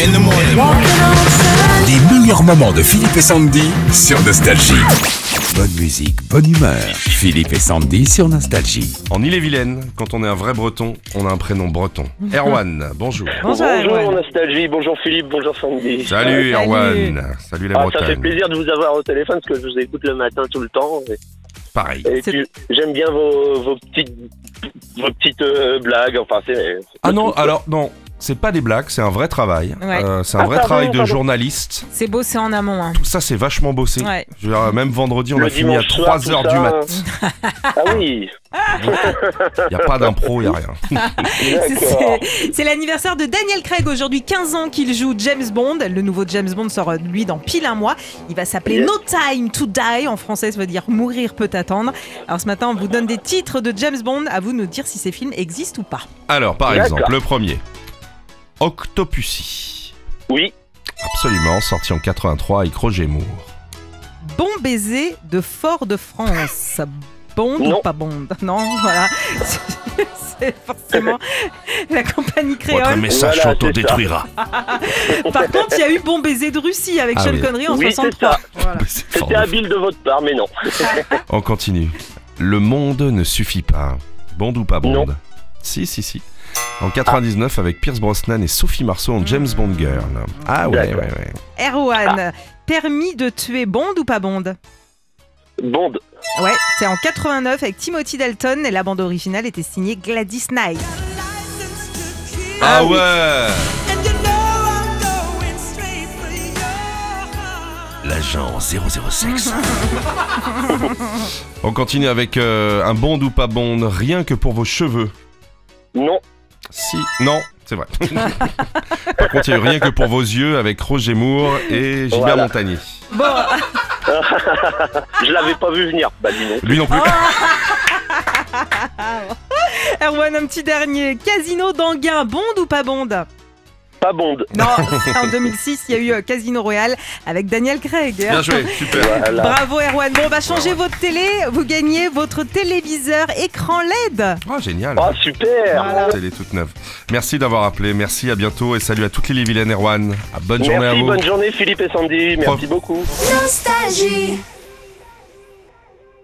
in the morning. Les meilleurs moments de Philippe et Sandy sur Nostalgie. Bonne musique, bonne humeur. Philippe et Sandy sur Nostalgie. En Ille-et-Vilaine, quand on est un vrai breton, on a un prénom breton. Erwan, bonjour. Bonjour, Bonjour Erwan. Nostalgie, bonjour Philippe, bonjour Sandy. Salut Salut. Erwan. Salut la Ah, ça fait Bretagne. plaisir de vous avoir au téléphone parce que je vous écoute le matin tout le temps. Et, Pareil. et C'est- puis, j'aime bien vos, vos petites, vos petites euh, blagues. Enfin, c'est. Ah non, alors non, c'est pas des blagues, c'est un vrai travail. Ouais. Euh, c'est un Ah, vrai pardon, travail de pardon. journaliste. C'est beau, c'est en amont. hein. Tout ça, c'est vachement bossé. Ouais. Je veux dire, même vendredi, on Le a fini à dimanche soir, 3h tout du ça. mat. Ah oui, Il a pas d'impro, il a rien. C'est- d'accord. c'est- C'est l'anniversaire de Daniel Craig, aujourd'hui 15 ans qu'il joue James Bond. Le nouveau James Bond sort euh, lui dans pile un mois. Il va s'appeler Yes. No Time to Die, en français ça veut dire mourir peut attendre. Alors ce matin on vous donne des titres de James Bond, à vous de nous dire si ces films existent ou pas. Alors, par D'accord. exemple, le premier. Octopussy. Oui, Absolument, sorti en 83 avec Roger Moore. Bon baiser de Fort de France. Bond ou Non. pas Bond Non, voilà. C'est forcément la compagnie Votre créole. message Voilà, s'auto détruira. Par contre, il y a eu Bon baiser de Russie avec Ah Sean oui. Connery en Oui, c'est 63. ça. Voilà. c'était habile de votre part, mais non. On continue. Le monde ne suffit pas. Bond ou pas Bond Non. Ah. Si, si, si. En 99 avec Pierce Brosnan et Sophie Marceau en James Bond Girl. Ah ouais, ouais, D'accord. ouais. Erwan, permis de tuer Bond ou pas Bond Bond, Ouais, c'est en 89 avec Timothy Dalton et la bande originale était signée Gladys Knight. Ah ouais L'agent 006. On continue avec euh, un Bond ou pas Bond, rien que pour vos cheveux. non. Si, non, c'est vrai. Par contre, il y a eu rien que pour vos yeux avec Roger Moore et Gilbert Voilà. Montagnier. Bon, Je l'avais pas vu venir. Bah, dis donc. Lui non plus. Erwan, un petit dernier. Casino d'Anguin, Bond ou pas Bond Pas Bond. Non, en 2006, il y a eu euh, Casino Royale avec Daniel Craig. Bien joué, super. Voilà. Bravo Erwan. Bon, on va changer votre télé. Vous gagnez votre téléviseur écran E LED. Oh, génial. Bah. Ah, super. Télé toute neuve. Merci d'avoir appelé, merci, à bientôt et salut à toutes les vilaines Erwan. À bonne journée à Merci, vous. bonne journée Philippe et Sandy. Merci Prof- beaucoup. Nostalgie.